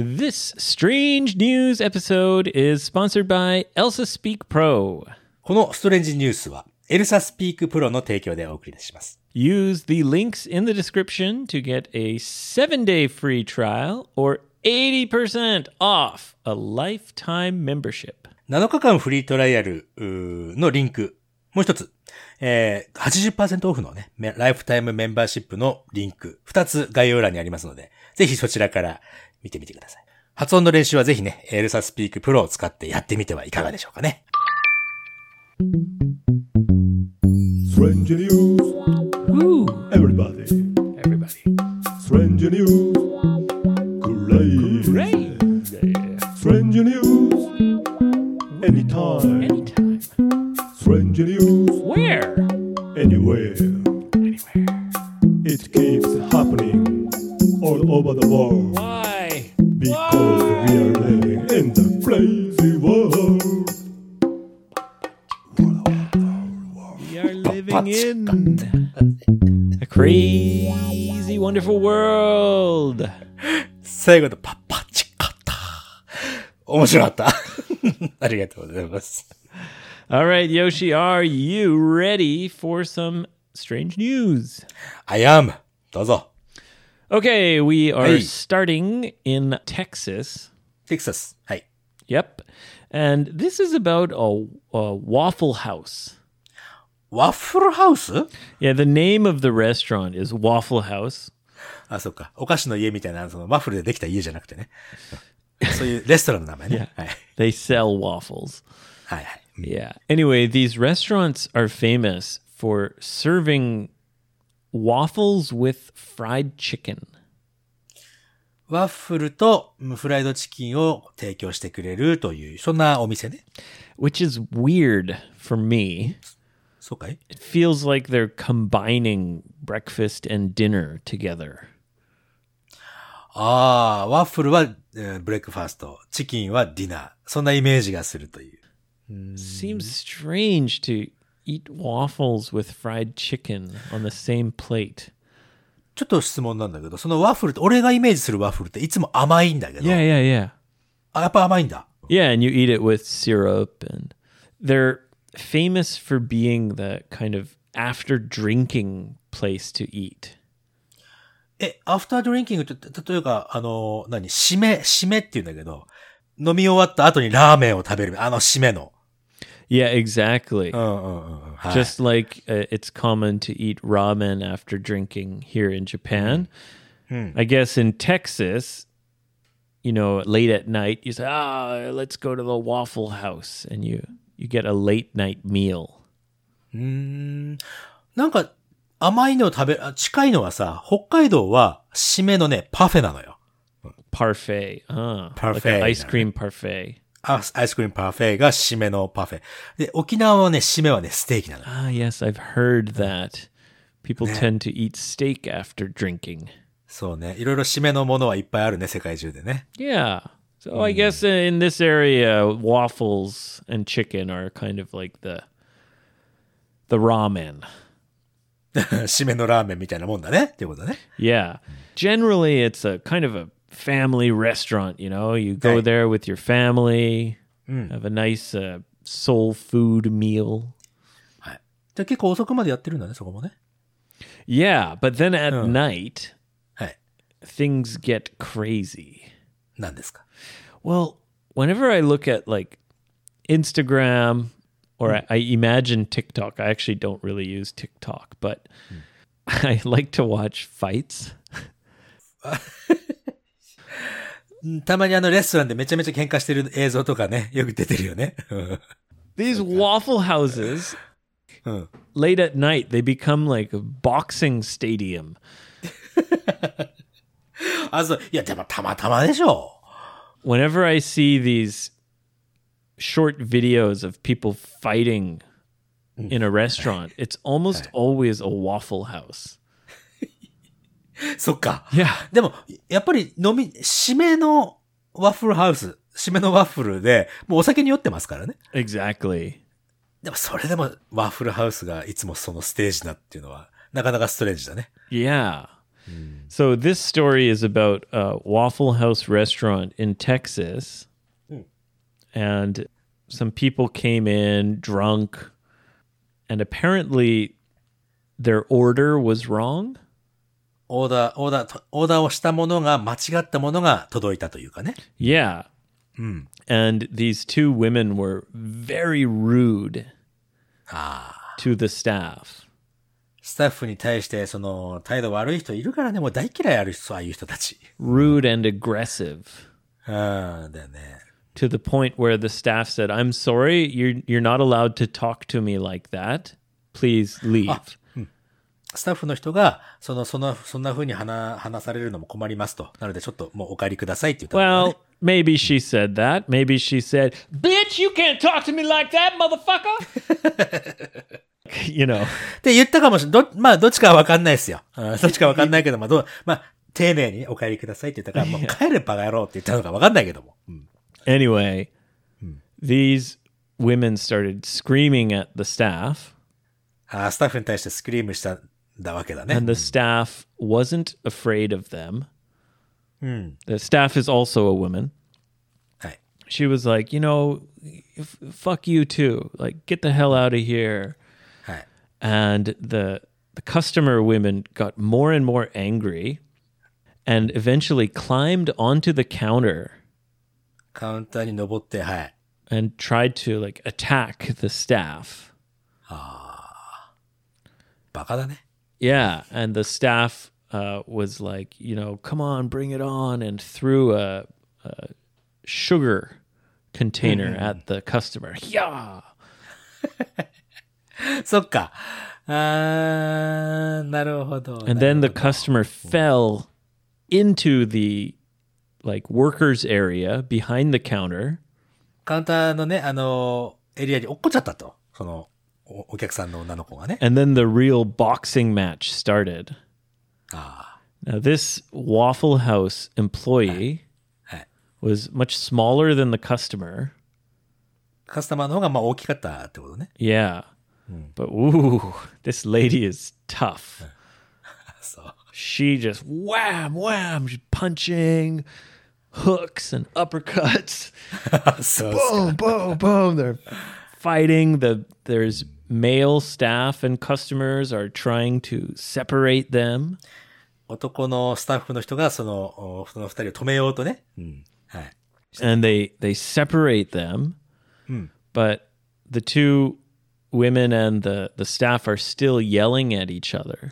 This strange news episode is sponsored by Elsa Speak Pro. このストレンジニュースは、エルサスピークプロの提供でお送りいたします。 Use the links in the description to get a seven day free trial or 80% off a lifetime membership. 7日間フリートライアルうーのリンク。もう一つ。えー、80%オフのね、めライフタイムメンバーシップのリンク。二つ概要欄にありますので、ぜひそちらから見てみてください。発音の練習はぜひね、エルサスピークプロを使ってやってみてはいかがでしょうかね。 Strange news. Everybody. Everybody. Strange news. Crazy. Strange news. Anytime. Anytime. Strange news. Where? Anywhere. It keeps happening all over the world Why? because we are living in the crazy world. We are living in a crazy, wonderful world. 最後のパッパチカタ。面白かった。 ありがとうございます。 All right, Yoshi, are you ready for some strange news? I am. どうぞ。 Okay, we are Hey. starting in Texas. テキサス。はい。 Yep. And this is about a, a Waffle House. ワッフルハウス Yeah, the name of the restaurant is Waffle House. あ、そっか。お菓子の家みたいな、そのワッフルでできた家じゃなくてね。そういうレストランの名前ね。はい。 They sell waffles. はいはい。 Yeah. Anyway, these restaurants are famous for serving waffles with fried chicken. ワッフルとフライドチキンを提供してくれるという、そんなお店ね。 which is weird for me. そうかい It feels like they're combining breakfast and dinner together. ああ、ワッフルは、えーブレックファースト、チキンはディナー。そんなイメージがするという。 Seems strange to eat waffles with fried chicken on the same plate. ちょっと質問なんだけど、そのワッフルって、俺がイメージするワッフルっていつも甘いんだけど。 Yeah, yeah, yeah. あ、やっぱ甘いんだ。 Yeah, and you eat it with syrup and they're famous for being the kind of after drinking place to eat. え、アフタードリンキングって、た例えば、あの、何締め、締めって言うんだけど、飲み終わった後にラーメンを食べる。あの締めの。 Yeah, exactly. うんうんうんうん。はい。 Just like uh, it's common to eat ramen after drinking here in Japan. I guess in Texas, you know, late at night, you say, "Ah, let's go to the Waffle House," and you you get a late night meal. なんか、甘いのを食べ、あ近いのはさ、北海道は、締めのね、パフェなのよ。 Parfait, uh, like an Parfait. ice crecream parfait. あアイスクリームパフェが締めのパフェ。で、沖縄はね、締めはね、ステーキなのよ。 Ah, yes, I've heard that people tend to eat steak after drinking. そうね。いろいろ締めのものはいっぱいあるね、世界中でね。 Yeah. So I guess uh, in this area, waffles and chicken are kind of like the the ramen. 締めのラーメンみたいなもんだね。っていうことだね。 Yeah. Generally, it's a kind of a family restaurant. You know, you go Right. there with your family, have a nice uh, soul food meal. はい。じゃあ結構遅くまでやってるんだね、そこもね。 Yeah, but then at night はい。 things get crazy. 何ですか Well, whenever I look at like Instagram or I, I imagine TikTok, I actually don't really use TikTok, but I like to watch fights. うんたまにあの、レストランでめちゃめちゃ喧嘩してる映像とかね、よく出てるよね。うん。 These waffle houses うん。 late at night, they become like a boxing stadium. あ、そう。いや、でもたまたまでしょ。 Whenever I see these short videos of people fighting in a restaurant, it's almost always a waffle house. そっか。 Yeah. でも、やっぱり飲み、締めのワッフルハウス、締めのワッフルで、もうお酒に酔ってますからね。 Exactly. でもそれでもワッフルハウスがいつもそのステージだっていうのは、なかなかストレージだね。 Yeah. So this story is about a Waffle House restaurant in Texas, and some people came in drunk, and apparently their order was wrong. オーダー、オーダー、オーダーをしたものが、間違ったものが届いたというかね。 Yeah. And these two women were very rude to the staff. スタッフに対して、その、態度悪い人いるからね、もう大嫌いある人、そうああいう人たち。 Rude and aggressive うん、だよね。 to the point where the staff said, "I'm sorry, you're you're not allowed to talk to me like that. Please leave." スタッフの人が、その、その、そんな風に話、話されるのも困りますと。なので、ちょっともうお帰りくださいって言ったのね Well, maybe she said that. Maybe she said, "Bitch, you can't talk to me like that, motherfucker." you know. って言ったかもしれん。ど、まあ、どっちかはわかんないですよ。うんどっちかわかんないけど、まあ、どう、まあ、丁寧にねお帰りくださいって言ったから、もう帰ればやろうって言ったのかわかんないけども。 Anyway, these women started screaming at the staff. あースタッフに対してスクリームしたんだわけだ and ね。 the staff wasn't afraid of them. The staff is also a woman. はい。 She was like, you know, f- fuck you too. Like, get the hell out of here. はい。 And the the customer women got more and more angry, and eventually climbed onto the counter カウンターに登って、はい。 and tried to like attack the staff. バカだね。 Yeah, and the staff uh, was like, you know, come on, bring it on, and threw a, a sugar container at the customer. Yeah, そっか。あー、なるほど。 and then the customer fell into the like workers area behind the counter. カウンターのね、あのーエリアに落っこっちゃったと。その、おお客さんの女の子がね。 And then the real boxing match started. Now, this Waffle House employee Huh. was much smaller than the customer. カスタマーの方がまあ大きかったってことね。 Yeah. But ooh, this lady is tough. そう。 She just wham, wham, she's punching, hooks and uppercuts. そう Boom, boom, boom. They're fighting. The there's male staff and customers are trying to separate them. 男のスタッフの人がその、おその二人を止めようとね。うん。はい。 and they they separate them but the two women and the the staff are still yelling at each other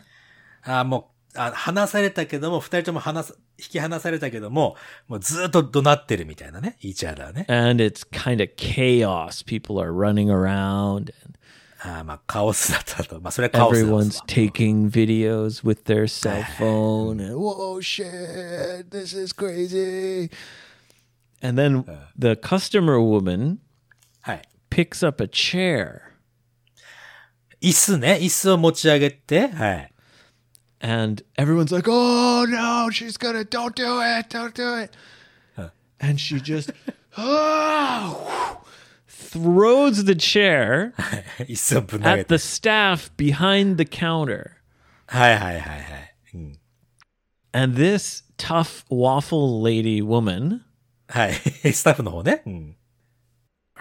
あーもう、あ離されたけども、二人とも離さ、引き離されたけども、もうずーっと怒鳴ってるみたいなね。イーチャーラーね。 and it's kind of chaos people are running around and あーまあカオスだったと。まあそれはカオスだ everyone's taking videos with their cell phone and whoa shit this is crazy and then the customer woman はい。 picks up a chair 椅子ね。椅子を持ち上げて、はい。 and everyone's like, "Oh no, she's gonna! Don't do it! Don't do it!" And she just ah, throws the chair 椅子をぶん投げ at て。 the staff behind the counter, はいはいはいはい。うん。 and this tough waffle lady woman, はい。 スタッフの方ね。うん。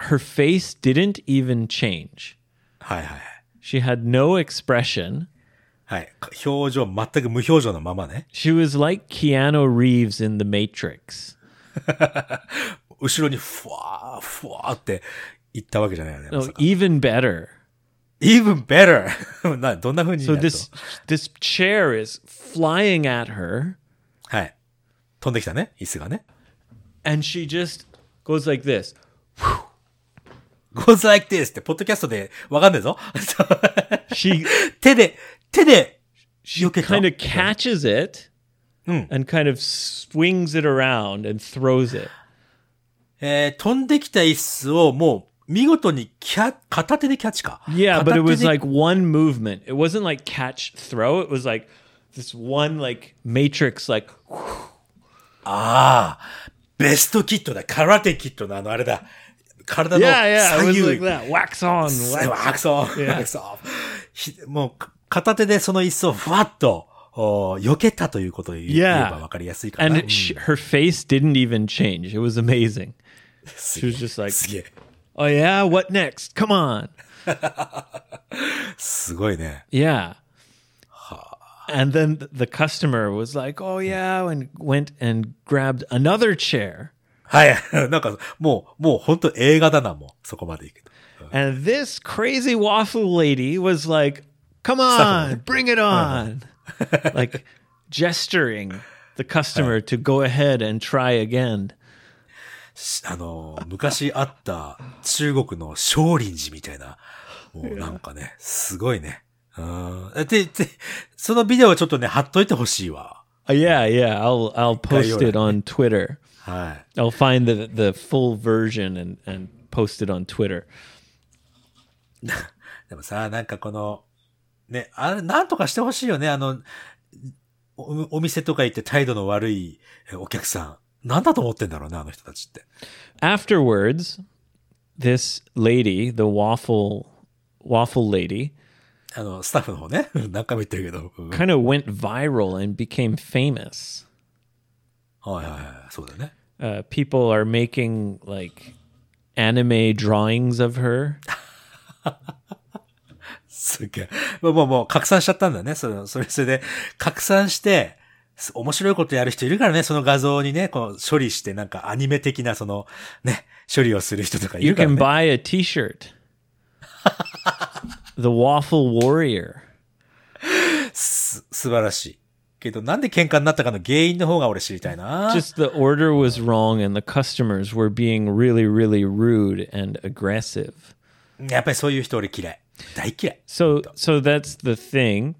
her face didn't even change. はいはいはい。 She had no expression. はい。表情、全く無表情のままね。 She was like Keanu Reeves in The Matrix. 後ろにふわー、ふわーって行ったわけじゃないよね。ま No, さか even better. Even better! などんな風にな So ると this this chair is flying at her. はい。飛んできたね、椅子がね。 and she just goes like this. goes like this って、ポッドキャストでわかんねえぞ。 She 手で、手で、 she Okay, kind no. of catches it and kind of swings it around and throws it. えー飛んできた椅子をもう、見事にキャ、片手でキャッチか。 Yeah, but it 片手 was で like one movement. It wasn't like catch throw. It was like this one like matrix like ああ、ベストキットだ。空手キットのあの、あれだ。体の yeah yeah. It 左右 was。like that. Wax on. ワ Wax. クソン、ワクソン。ひもう、片手でその椅子をふわっと、お避けたということを言え Yeah. ば分かりやすいかな。 And sh her face didn't even change. It was amazing. She was just like, すげえ。 oh, yeah, what next? Come on. すごいね。 Yeah. And then th- the customer was like, oh, yeah, and went and grabbed another chair. はい。 なんか、もう、もう本当映画だな、もう。そこまで行くと。 And this crazy waffle lady was like, come on, bring it Uh-huh. on. like gesturing the customer to go ahead and try again. しあの、昔あった中国の少林寺みたいな、もうなんかね、すごいね。うん。で、で、そのビデオはちょっとね、貼っといてほしいわ。 Uh, yeah, yeah, I'll I'll post it on Twitter. はい。 I'll find the the full version and and post it on Twitter. でもさ、なんかこの、ね、あれ、なんとかしてほしいよね、あの、おお店とか行って態度の悪いえお客さん。なんだと思ってんだろうね、あの人たちって。 Afterwards, this lady, the waffle waffle lady, あの、スタッフの方ね、 何回も言ってるけど。うんはい kind of went viral and became famous. はいはい、そうだよね。 Uh, people are making like anime drawings of her. すげえ。もうもうもう拡散しちゃったんだよね。それ、それ、それで、拡散して、す面白いことやる人いるからね、その画像にね、こう処理して、なんかアニメ的なその、ね、処理をする人とかい You るから、 can ね。 buy a T-shirt. the Waffle Warrior. す素晴らしい。けど、なんで喧嘩になったかの原因の方が俺知りたいな。 just the order was wrong and the customers were being really really rude and aggressive やっぱりそういう人俺嫌い。大嫌い。 so so that's the thing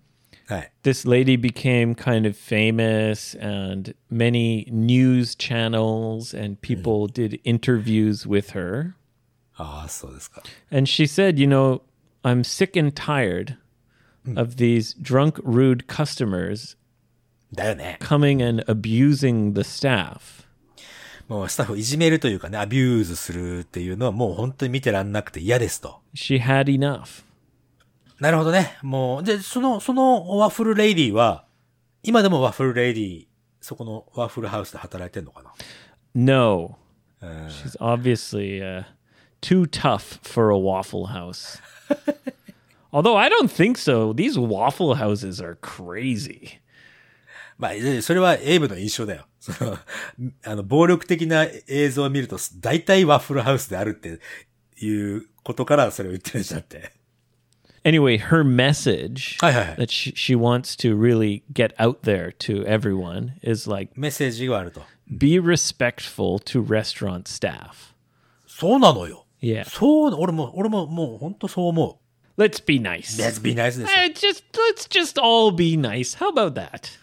はい。 this lady became kind of famous and many news channels and people did interviews with her ああ、そうですか。 and she said you know i'm sick and tired of these drunk rude customers だよね。 coming and abusing the staff もうスタッフをいじめるというかね、アビューズするっていうのはもう本当に見てらんなくて嫌ですと。 she had enough なるほどね。もう、で、その、そのワッフルレイディは、今でもワッフルレイディ、そこのワッフルハウスで働いてんのかな No. She's obviously uh, too tough for a Waffle House. Although I don't think so. These Waffle Houses are crazy. まあ、でそれはエイブの印象だよ。 その、あの、暴力的な映像を見ると、大体ワッフルハウスであるっていうことからそれを言ってるんじゃって。 Anyway, her message Aye, aye, aye. that she, she wants to really get out there to everyone is like メッセージがあると。 be respectful to restaurant staff. そうなのよ。 Yeah. そう、俺も、俺ももう本当そう思 Let's be nice. う。Let's be nice ですよ。 Uh, just let's just all be nice. How about that?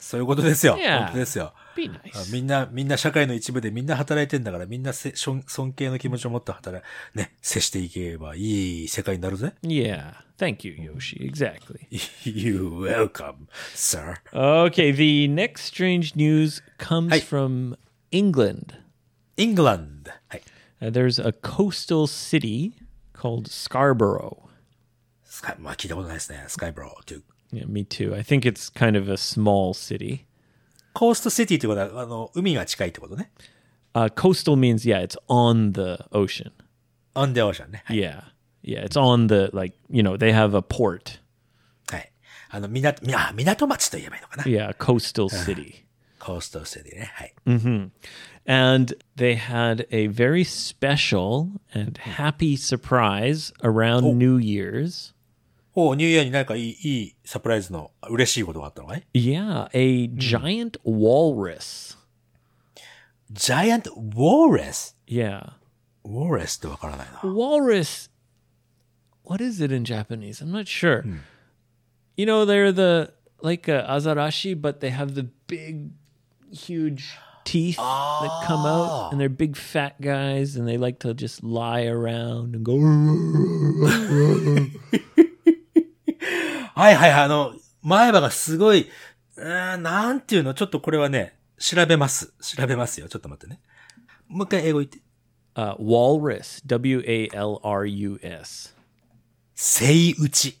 そういうことですよ。 Yeah. 本当ですよ。 Be nice. みんな、みんな社会の一部でみんな働いてんだから、みんなせ尊尊敬の気持ちを持って働い、ね、接していけばいい世界になるぜ。 yeah. Thank you, Yoshi. Exactly. You welcome, sir. Okay, the next strange news comes Hey. from England. England. はい。 Uh, there's a coastal city called Scarborough. スカイ、まあ聞いたことないですね。スカイブローという。 Yeah, me too. I think it's kind of a small city. コーストシティってことは、あの、海が近いってことね。 Uh, coastal means yeah, it's on the ocean. オンデオーシャンね。はい。 Yeah, yeah, it's on the like you know they have a port. はい、あの、港、みあ港町と言えばいいのかな。 Yeah, a coastal city, コーストシティね。はい。 and they had a very special and happy surprise around New Year's. おうニューイヤーになんかいい、いいサプライズの嬉しいことがあったのかい Yeah, a giant walrus. ジャイアント・ウォーレス。 Yeah. ウォーレスってわからないな。 Walrus, what is it in Japanese? I'm not sure. You know, they're the like uh, Azarashi, but they have the big, huge teeth that come out, and they're big fat guys, and they like to just lie around and go. はいはいはい、あの、前歯がすごい、うーん、なんていうの、ちょっとこれはね、調べます。調べますよ。ちょっと待ってね。もう一回英語言って。 Uh, walrus, W A L R U S. セイウチ。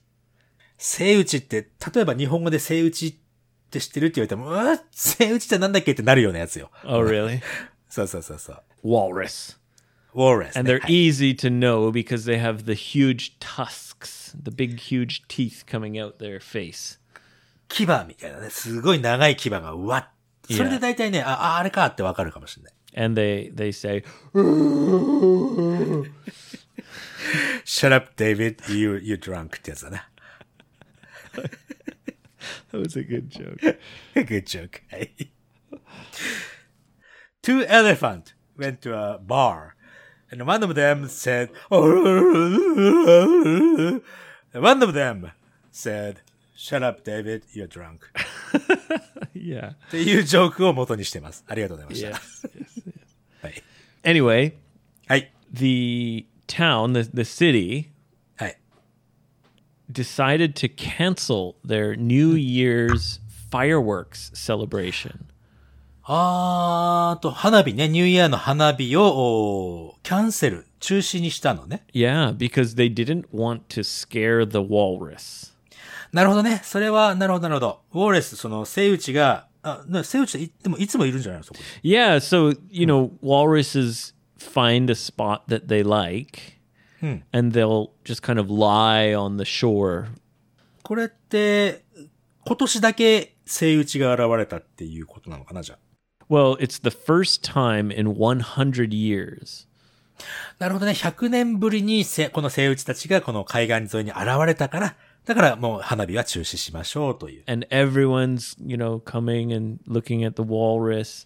セイウチって、例えば日本語でセイウチって知ってるって言われても、うわ、セイウチってなんだっけってなるようなやつよ。 Oh, really? そうそうそうそう。 Walrus. ウォーレス、 And ね they're。easy to know because they have the huge tusks, the big, huge teeth coming out their face. 牙みたいなね、すごい長い牙がうわっ。それで大体ね、あ、ああれかってわかるかもしれない。 And they, they say, Shut up, David, you, you drunk ってやつだな。 That was a good joke. Good joke. はい。Two elephant went to a bar, and one of them said, one of them said, Shut up, David, you're drunk. yeah. っていうジョークを元にしてます。ありがとうございました。 Yes. yes, yes. はい。 Anyway, はい。 the town, the, the city, はい。 decided to cancel their New Year's fireworks celebration. あーと、花火ね、ニューイヤーの花火を、おーキャンセル、中止にしたのね。 Yeah, because they didn't want to scare the walrus. なるほどね。それは、なるほど、なるほど。ウォーレス、その、セイウチが、あ、な、セイウチっていでもいつもいるんじゃないのそこに Yeah, so, you know, walruses find a spot that they like and they'll just kind of lie on the shore. これって、今年だけセイウチが現れたっていうことなのかな、じゃ Well, it's the first time in 100 years. あ。なるほどね。100年ぶりにせ、このセイウチたちがこの海岸沿いに現れたから、だからもう花火は中止しましょうという。 and everyone's you know coming and looking at the walrus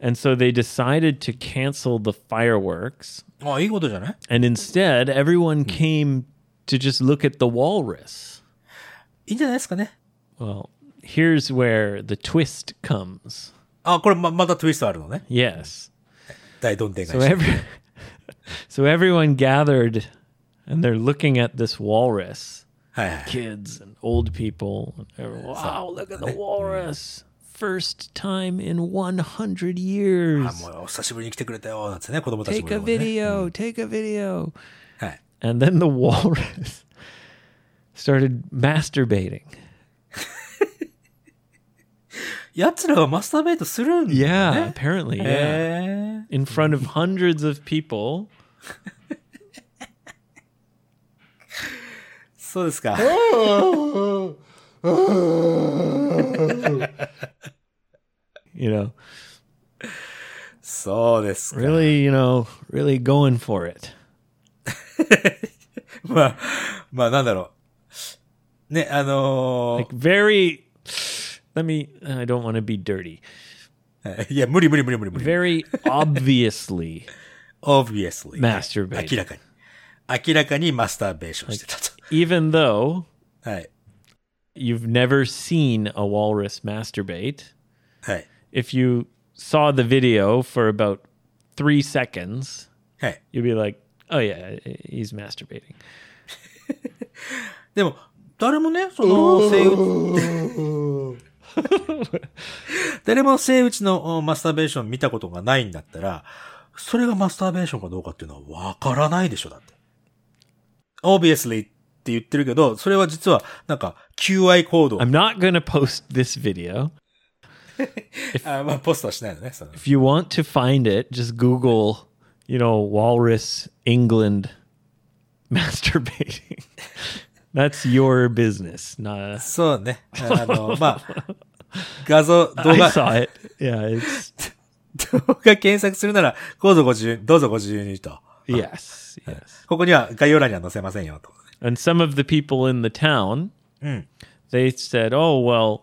and so they decided to cancel the fireworks あ、いいことじゃない and instead everyone came to just look at the walrus いいんじゃないですかね。 well here's where the twist comes あ、これま、またトゥイストあるのね。 yes 大どんでん返 so し。 every so everyone gathered and they're looking at this walrus はいはい。 kids and old people and everyone, wow look at the walrus first time in 100 years あもうお久しぶりに来てくれたよ、なんてね、子供たちも take いる a もんね。 video, take a video. はい。 And then the walrus started masturbating. 奴らがマスターベイトするんだね。 apparently. Yeah. へー In front of hundreds of people. そうですか。 You know, そうですか。 really, you know, really going for it. まあ、まあなんだろう。ね、あの Like very let me I don't want to be dirty. ー、いや、無理無理無理無理無理。 Very obviously. obviously. Masturbate. 明らかに。明らかにマスターベーションしてたと。 Even though はい。 you've never seen a walrus masturbate, はい。 if you saw the video for about 3 seconds, はい。 you'd be like, "Oh yeah, he's masturbating." でも、誰もね、その、セイウチ。 誰もセイウチのおマスターベーション見たことがないんだったら、それがマスターベーションかどうかっていうのはわからないでしょ、だって。obviously って言ってるけど、それは実は、なんか、求愛行動。 I'm not going to post this video. あまあ、ポストはしないのね、その。 If you want to find it, just Google, you know, Walrus England masturbating. That's your business. Not そうね。あの、まあ、画像、動 I 画、 saw it. Yeah, it's 動画検索するなら、どうぞご自由に、どうぞご自由にと。 yes, yes. ここには概要欄には載せませんよ、と。 And some of the people in the town, they said, "Oh well,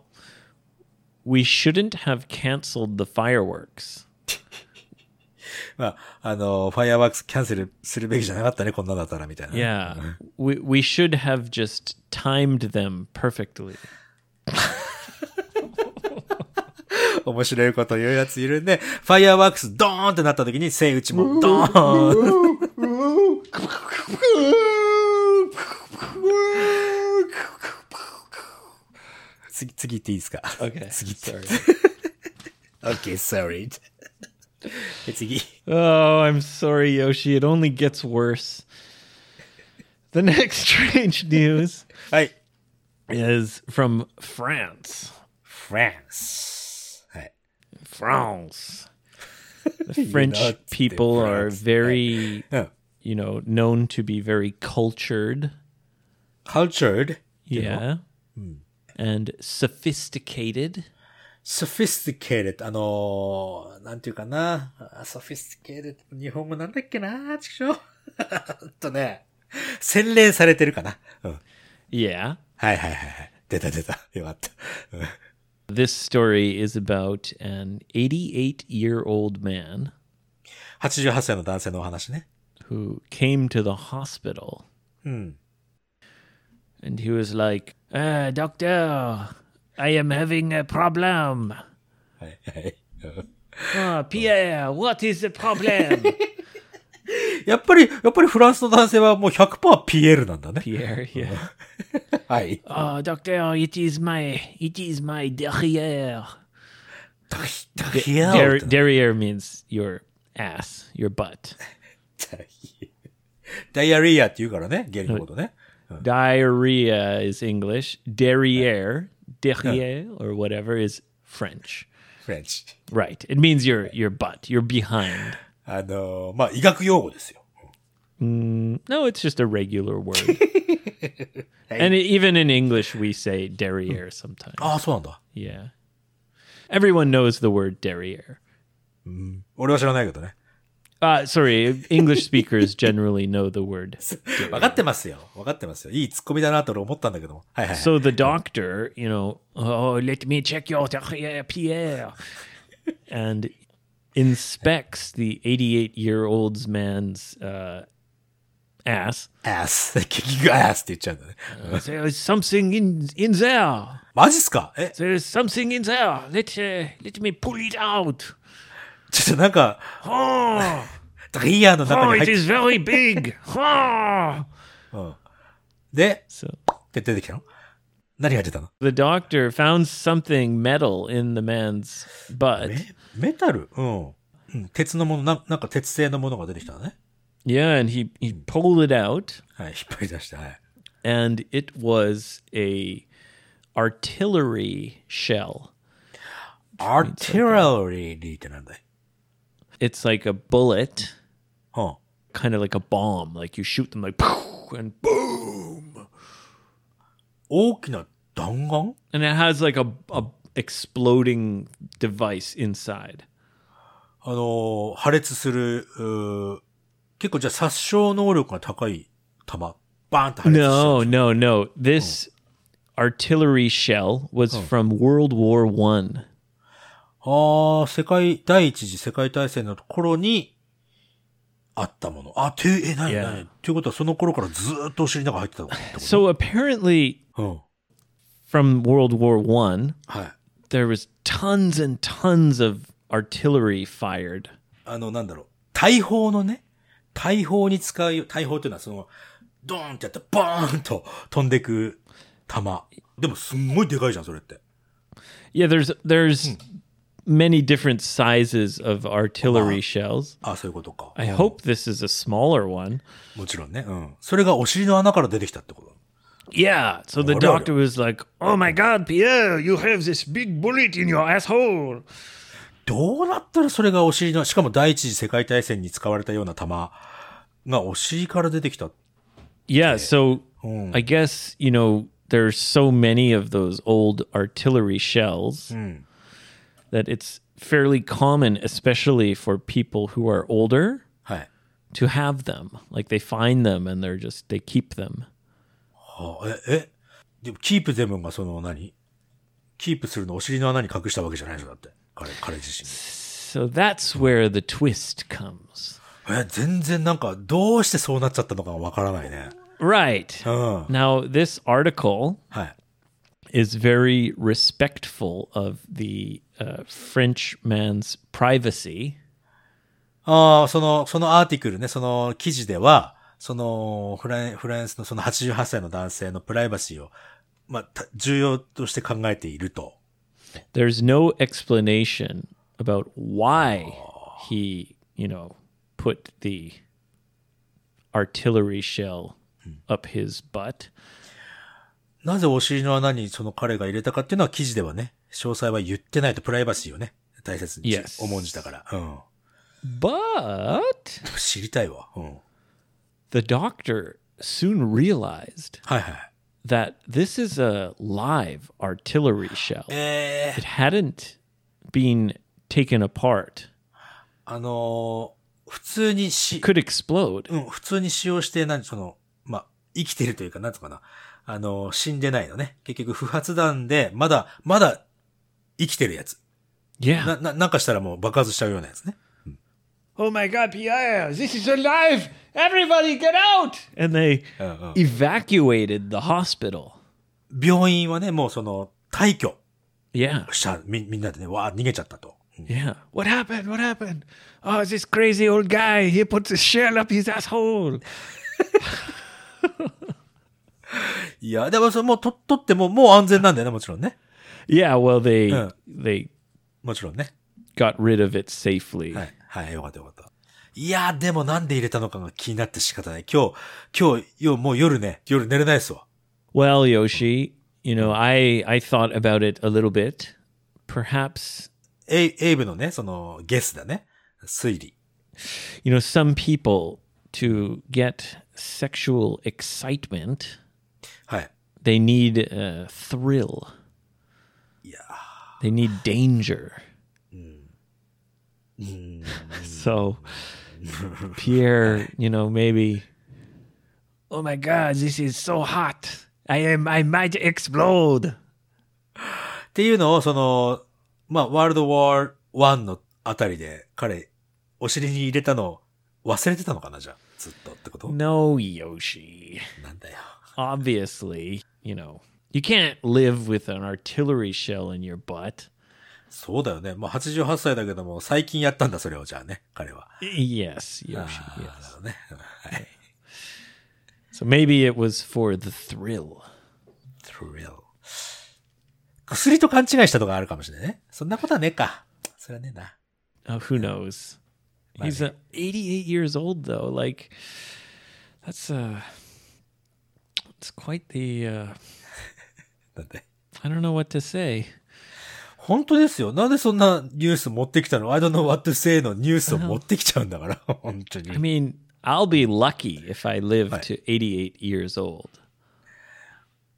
we shouldn't have canceled the fireworks." まあ、あの、ファイアワークスキャンセルするべきじゃなかったね、こんなんだったら、みたいな。 Yeah, we we should have just timed them perfectly. 面白いこと言うやついるんで、ファイアワークスドーンってなった時に、セイウチもドーン次、次行っていいですか Okay, 次行って。 sorry. Okay, sorry. で次。 Oh, I'm sorry, Yoshi. It only gets worse. The next strange news はい。 is from France. フフランス。はい。 France. The You French know, it's people the are France, very, うん。 you know, known to be very cultured. cultured, Yeah. And sophisticated. sophisticated, あのー、なんていうかな。あ sophisticated, 日本語なんだっけな、ちくしょう。ほんとね、洗練されてるかな。うん。 Yeah. はいはいはいはい。出た出た。よかった。うん This story is about an 88 year old man 88歳の男性のお話ね。 who came to the hospital うん。 and he was like, uh, Doctor, I am having a problem. はいはい。 Ah, Pierre, what is the problem? やっぱり、やっぱりフランスの男性はもう100%ピエールなんだね。 Pierre, yeah. はい。 Oh, doctor, it is my, it is my derriere. ピエ Der- ール。 derriere means your ass, your butt. ダイアリアって言うからね、ゲリのことね。 Diarrhea is English. Derriere, derriere, or whatever is French. フレンチ。 Right. It means your your butt, your behind. あのー、まあ、医学用語ですよ。 No, it's just a regular word. and even in English, we say derriere sometimes. ああ、そうなんだ。 Yeah. Everyone knows the word derriere. 俺は知らないけどね。 Uh, sorry, English speakers generally know the word. 分かってますよ。分かってますよ。いいツッコミだなと俺思ったんだけども。はいはい。 So the doctor, you know, oh, let me check your derriere, Pierre, and inspects the 88 year old's man's uh, ass. アス。結局アスって言っちゃうんだね。 There is something in in there. マジっすかえ、 There is something in there. Let uh, let me pull it out. ちょっとなんか、 Oh, ドリアの中 oh に入っ it て、 is very big. Oh. で、 So って出てきたの何が出たの the doctor found something metal in the man's butt. えメタルうん。うん、鉄のものな、なんか鉄製のものが出てきたのね。 Yeah, and he he pulled it out. はい、引っ張り出して、はい。 and it was a artillery shell. アーティリーってなんだい It's like a bullet, うん。 kind of like a bomb. Like you shoot them like "Pow," and boom, 大きな弾丸 and it has like a, a exploding device inside. あのー破裂する、うー結構じゃあ殺傷能力が高い弾。バーンと破裂する。 No, no, no. This artillery shell was from World War One. ああ、世界、第一次世界大戦の頃に、あったもの。あ、て、え、なに Yeah. なにっていうことは、その頃からずーっとお尻の中入ってたのってこと So apparently, うん。 from World War One, はい。 there was tons and tons of artillery fired. あの、なんだろう。大砲のね、大砲に使うよ、大砲っていうのはその、ドーンってやって、バーンと飛んでく弾。でも、すんごいでかいじゃん、それって。 Yeah, there's there's many different sizes of artillery shells. あそういうことか。 I hope this is a smaller one. もちろんね。うん。それがお尻の穴から出てきたってこと。 Yeah. So the What are doctor was like, "Oh my God, Pierre, you have this big bullet in your asshole." どうなったらそれがお尻の、しかも第一次世界大戦に使われたような弾がお尻から出てきた。 Yeah. So I guess you know there's so many of those old artillery shells that it's fairly common, especially for people who are older, はい。 to have them. Like they find them and they're just they keep them. あえ、えでも、キープゼムンがその何キープするのお尻の穴に隠したわけじゃないでしょだって。彼、彼自身。 So that's where the twist comes. え、全然なんか、どうしてそうなっちゃったのかわからないね。 Right. うん。 Now, this article はい。 is very respectful of the uh, French man's privacy. ああ、その、そのアーティクルね、その記事では、そのフラン、フランスのその88歳の男性のプライバシーを、まあ、た重要として考えていると。 There's no explanation about why he, you know, put the artillery shell up his butt. なぜお尻の穴にその彼が入れたかっていうのは記事ではね、詳細は言ってないとプライバシーをね、大切に Yes. 思うんじだから。うん。 But 知りたいわ。うん。はい the doctor soon realized はい。 that this is a live artillery shell. えー、 It hadn't been taken apart, あのー普通にし、 could explode. うん、普通に使用して、何、その、まあ、生きてるというか、なんとかな。あのー死んでないのね。結局、不発弾で、まだ、まだ、生きてるやつ。 Yeah. な、な、なんかしたらもう爆発しちゃうようなやつね。 Oh my God, Pierre, this is alive! Everybody get out! And they evacuated the hospital. 病院はね、もうその、退去 Yeah. した、み、みんなでね、わー逃げちゃったと。うん Yeah. What happened? What happened? Oh, this crazy old guy. He puts a shell up his asshole. いや、でもそれもうと、取っても、もう安全なんだよね、もちろんね。 Yeah. Well, they Yeah. they もちろんね。 got rid of it safely. はい。はい、よかったよかった。いやー、でもなんで入れたのかが気になって仕方ない。今日、今日、よ、もう夜ね、夜寝れないっすわ。 Well, Yoshi, you know, I I thought about it a little bit. Perhaps エイエイブのね、その、ゲスだね。推理。 you know some people to get sexual excitement, はい。 they need a thrill. Yeah. They need danger. so Pierre, you know, maybe Oh my god, this is so hot. I am I might explode. っていうのを、その、まあ、ワールドワー1のあたりで、彼、お尻に入れたのを忘れてたのかな、じゃあ。ずっとってこと No, Yoshi. なんだよ。 obviously, you know, you can't live with an artillery shell in your butt. そうだよね。まあ、88歳だけども、最近やったんだ、それを、じゃあね、彼は。 Yes, あ Yoshi. ー yes. なるほどね。はい。 So maybe it was for the thrill. thrill. 薬と勘違いしたとかあるかもしれないね。そんなことはねえか。それはねえな。 Oh, who knows? He's uh, 88 years old though. Like that's uh it's quite the uh だって。 I don't know what to say. 本当ですよ。なんでそんなニュース持ってきたの ?I don't know what to say のニュースを持ってきちゃうんだから。 本当 I に。 mean, I'll be lucky if I live Right. to 88 years old.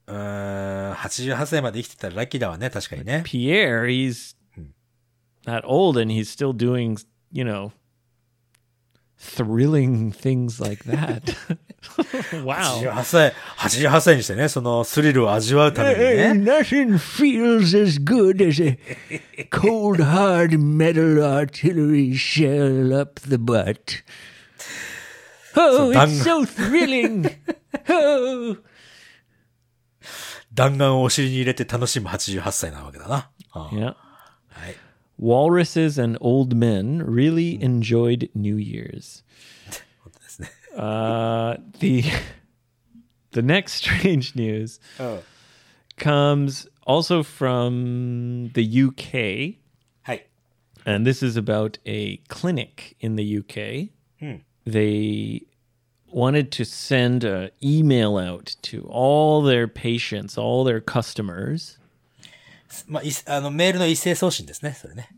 うーん、88歳まで生きてたらラッキーだわね。確かにね。 Pierre, he's not old and he's still doing, you know, thrilling things like that. wow. 88歳、88歳にしてね、そのスリルを味わうためにね。 nothing feels as good as a cold, hard metal artillery shell up the butt. Oh, So it's so thrilling. oh. 弾丸をお尻に入れて楽しむ88歳なわけだな。あ Yeah. Right. Walruses and old men really enjoyed New Year's. 本当ですね。 Uh, the the next strange news comes also from the UK, はい。 and this is about a clinic in the UK. They wanted to send an email out to all their patients, all their customers, まあ、いあの、メールの一斉送信ですね。それね。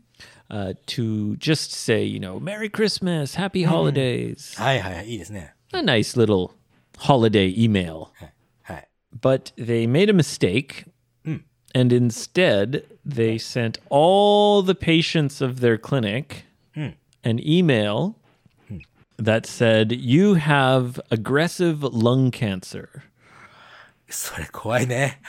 uh, to just say, you know, Merry Christmas, Happy Holidays, はいはいはい。いいですね。 a nice little holiday email. はい。はい。 but they made a mistake and instead they sent all the patients of their clinic an email that said you have aggressive lung cancer それ怖いね。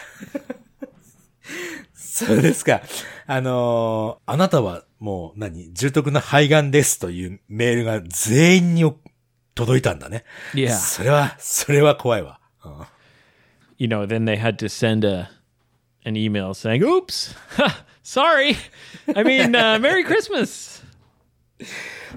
そうですか。あのーあなたはもう何重篤な肺がんですというメールが全員にお届いたんだね。いやそれは、それは怖いわ。うん you know then they had to send a an email saying oops sorry i mean uh, merry christmas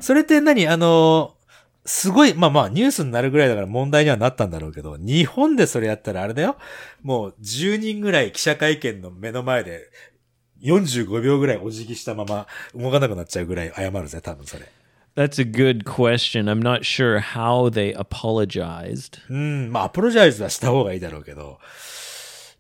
それって何あのーすごい、まあまあ、ニュースになるぐらいだから問題にはなったんだろうけど、日本でそれやったらあれだよ。もう10人ぐらい記者会見の目の前で、45秒ぐらいお辞儀したまま動かなくなっちゃうぐらい謝るぜ、多分それ。 that's a good question i'm not sure how they apologized うん、まあ、アプロジャイズはした方がいいだろうけど、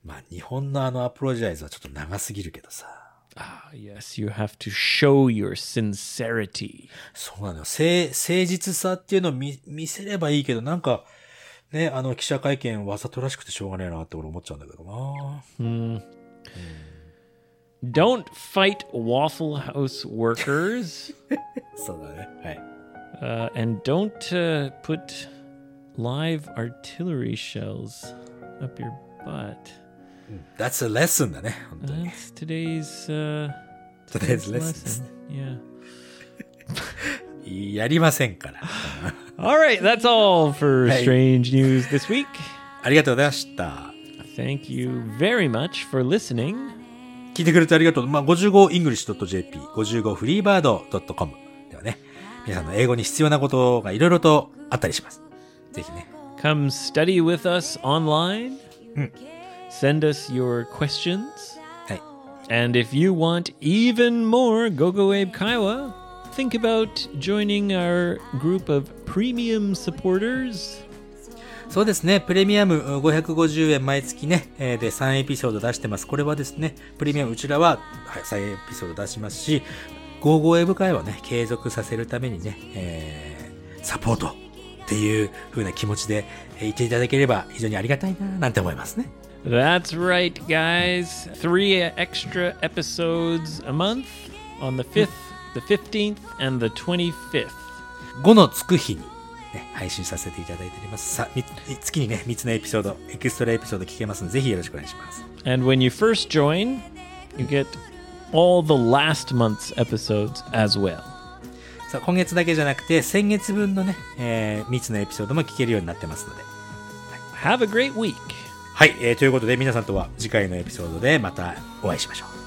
まあ、日本のあのアプロジャイズはちょっと長すぎるけどさ。 Ah, yes, you have to show your sincerity. そうなのよ。誠、誠実さっていうのを見、見せればいいけど、なんか、ね、あの記者会見わざとらしくてしょうがねえなって俺思っちゃうんだけどな。 Don't fight Waffle House workers そうだね。はい。 uh, and don't uh, put live artillery shells up your butt. That's a lesson だね、本当に。 That's today's, uh, Today's lesson. Yeah. やりませんから。 All right, that's all for Hey. Strange News this week. ありがとうございました。 Thank you very much for listening. 聞いてくれてありがとう。まあ、55english.jp、55freebird.com ではね、皆さんの英語に必要なことがいろいろとあったりします。ぜひね。 Come study with us online. Send us your questions. はい。 And if you want even more Gogo Abe Kaiwa, think about joining our group of premium supporters. そうですね、プレミアムうん550円毎月ね、えーで3エピソード出してます。これはですね、プレミアムうちらははい3エピソード出しますし、55エブ会はね、継続させるためにね、えーサポートっていう風な気持ちでえーいていただければ非常にありがたいななんて思いますね。 That's right, guys. Three extra episodes a month on the 5th, the 15th, and the 25th. 5のつく日に、ね、配信させていただいております。さ、み月にね、3つのエピソード、エクストラエピソード聞けますので、ぜひよろしくお願いします。 And when you first join, you get all the last month's episodes as well. さあ、今月だけじゃなくて、先月分のね、えー3つのエピソードも聞けるようになってますので、 Have a great week. はい、えーということで皆さんとは次回のエピソードでまたお会いしましょう。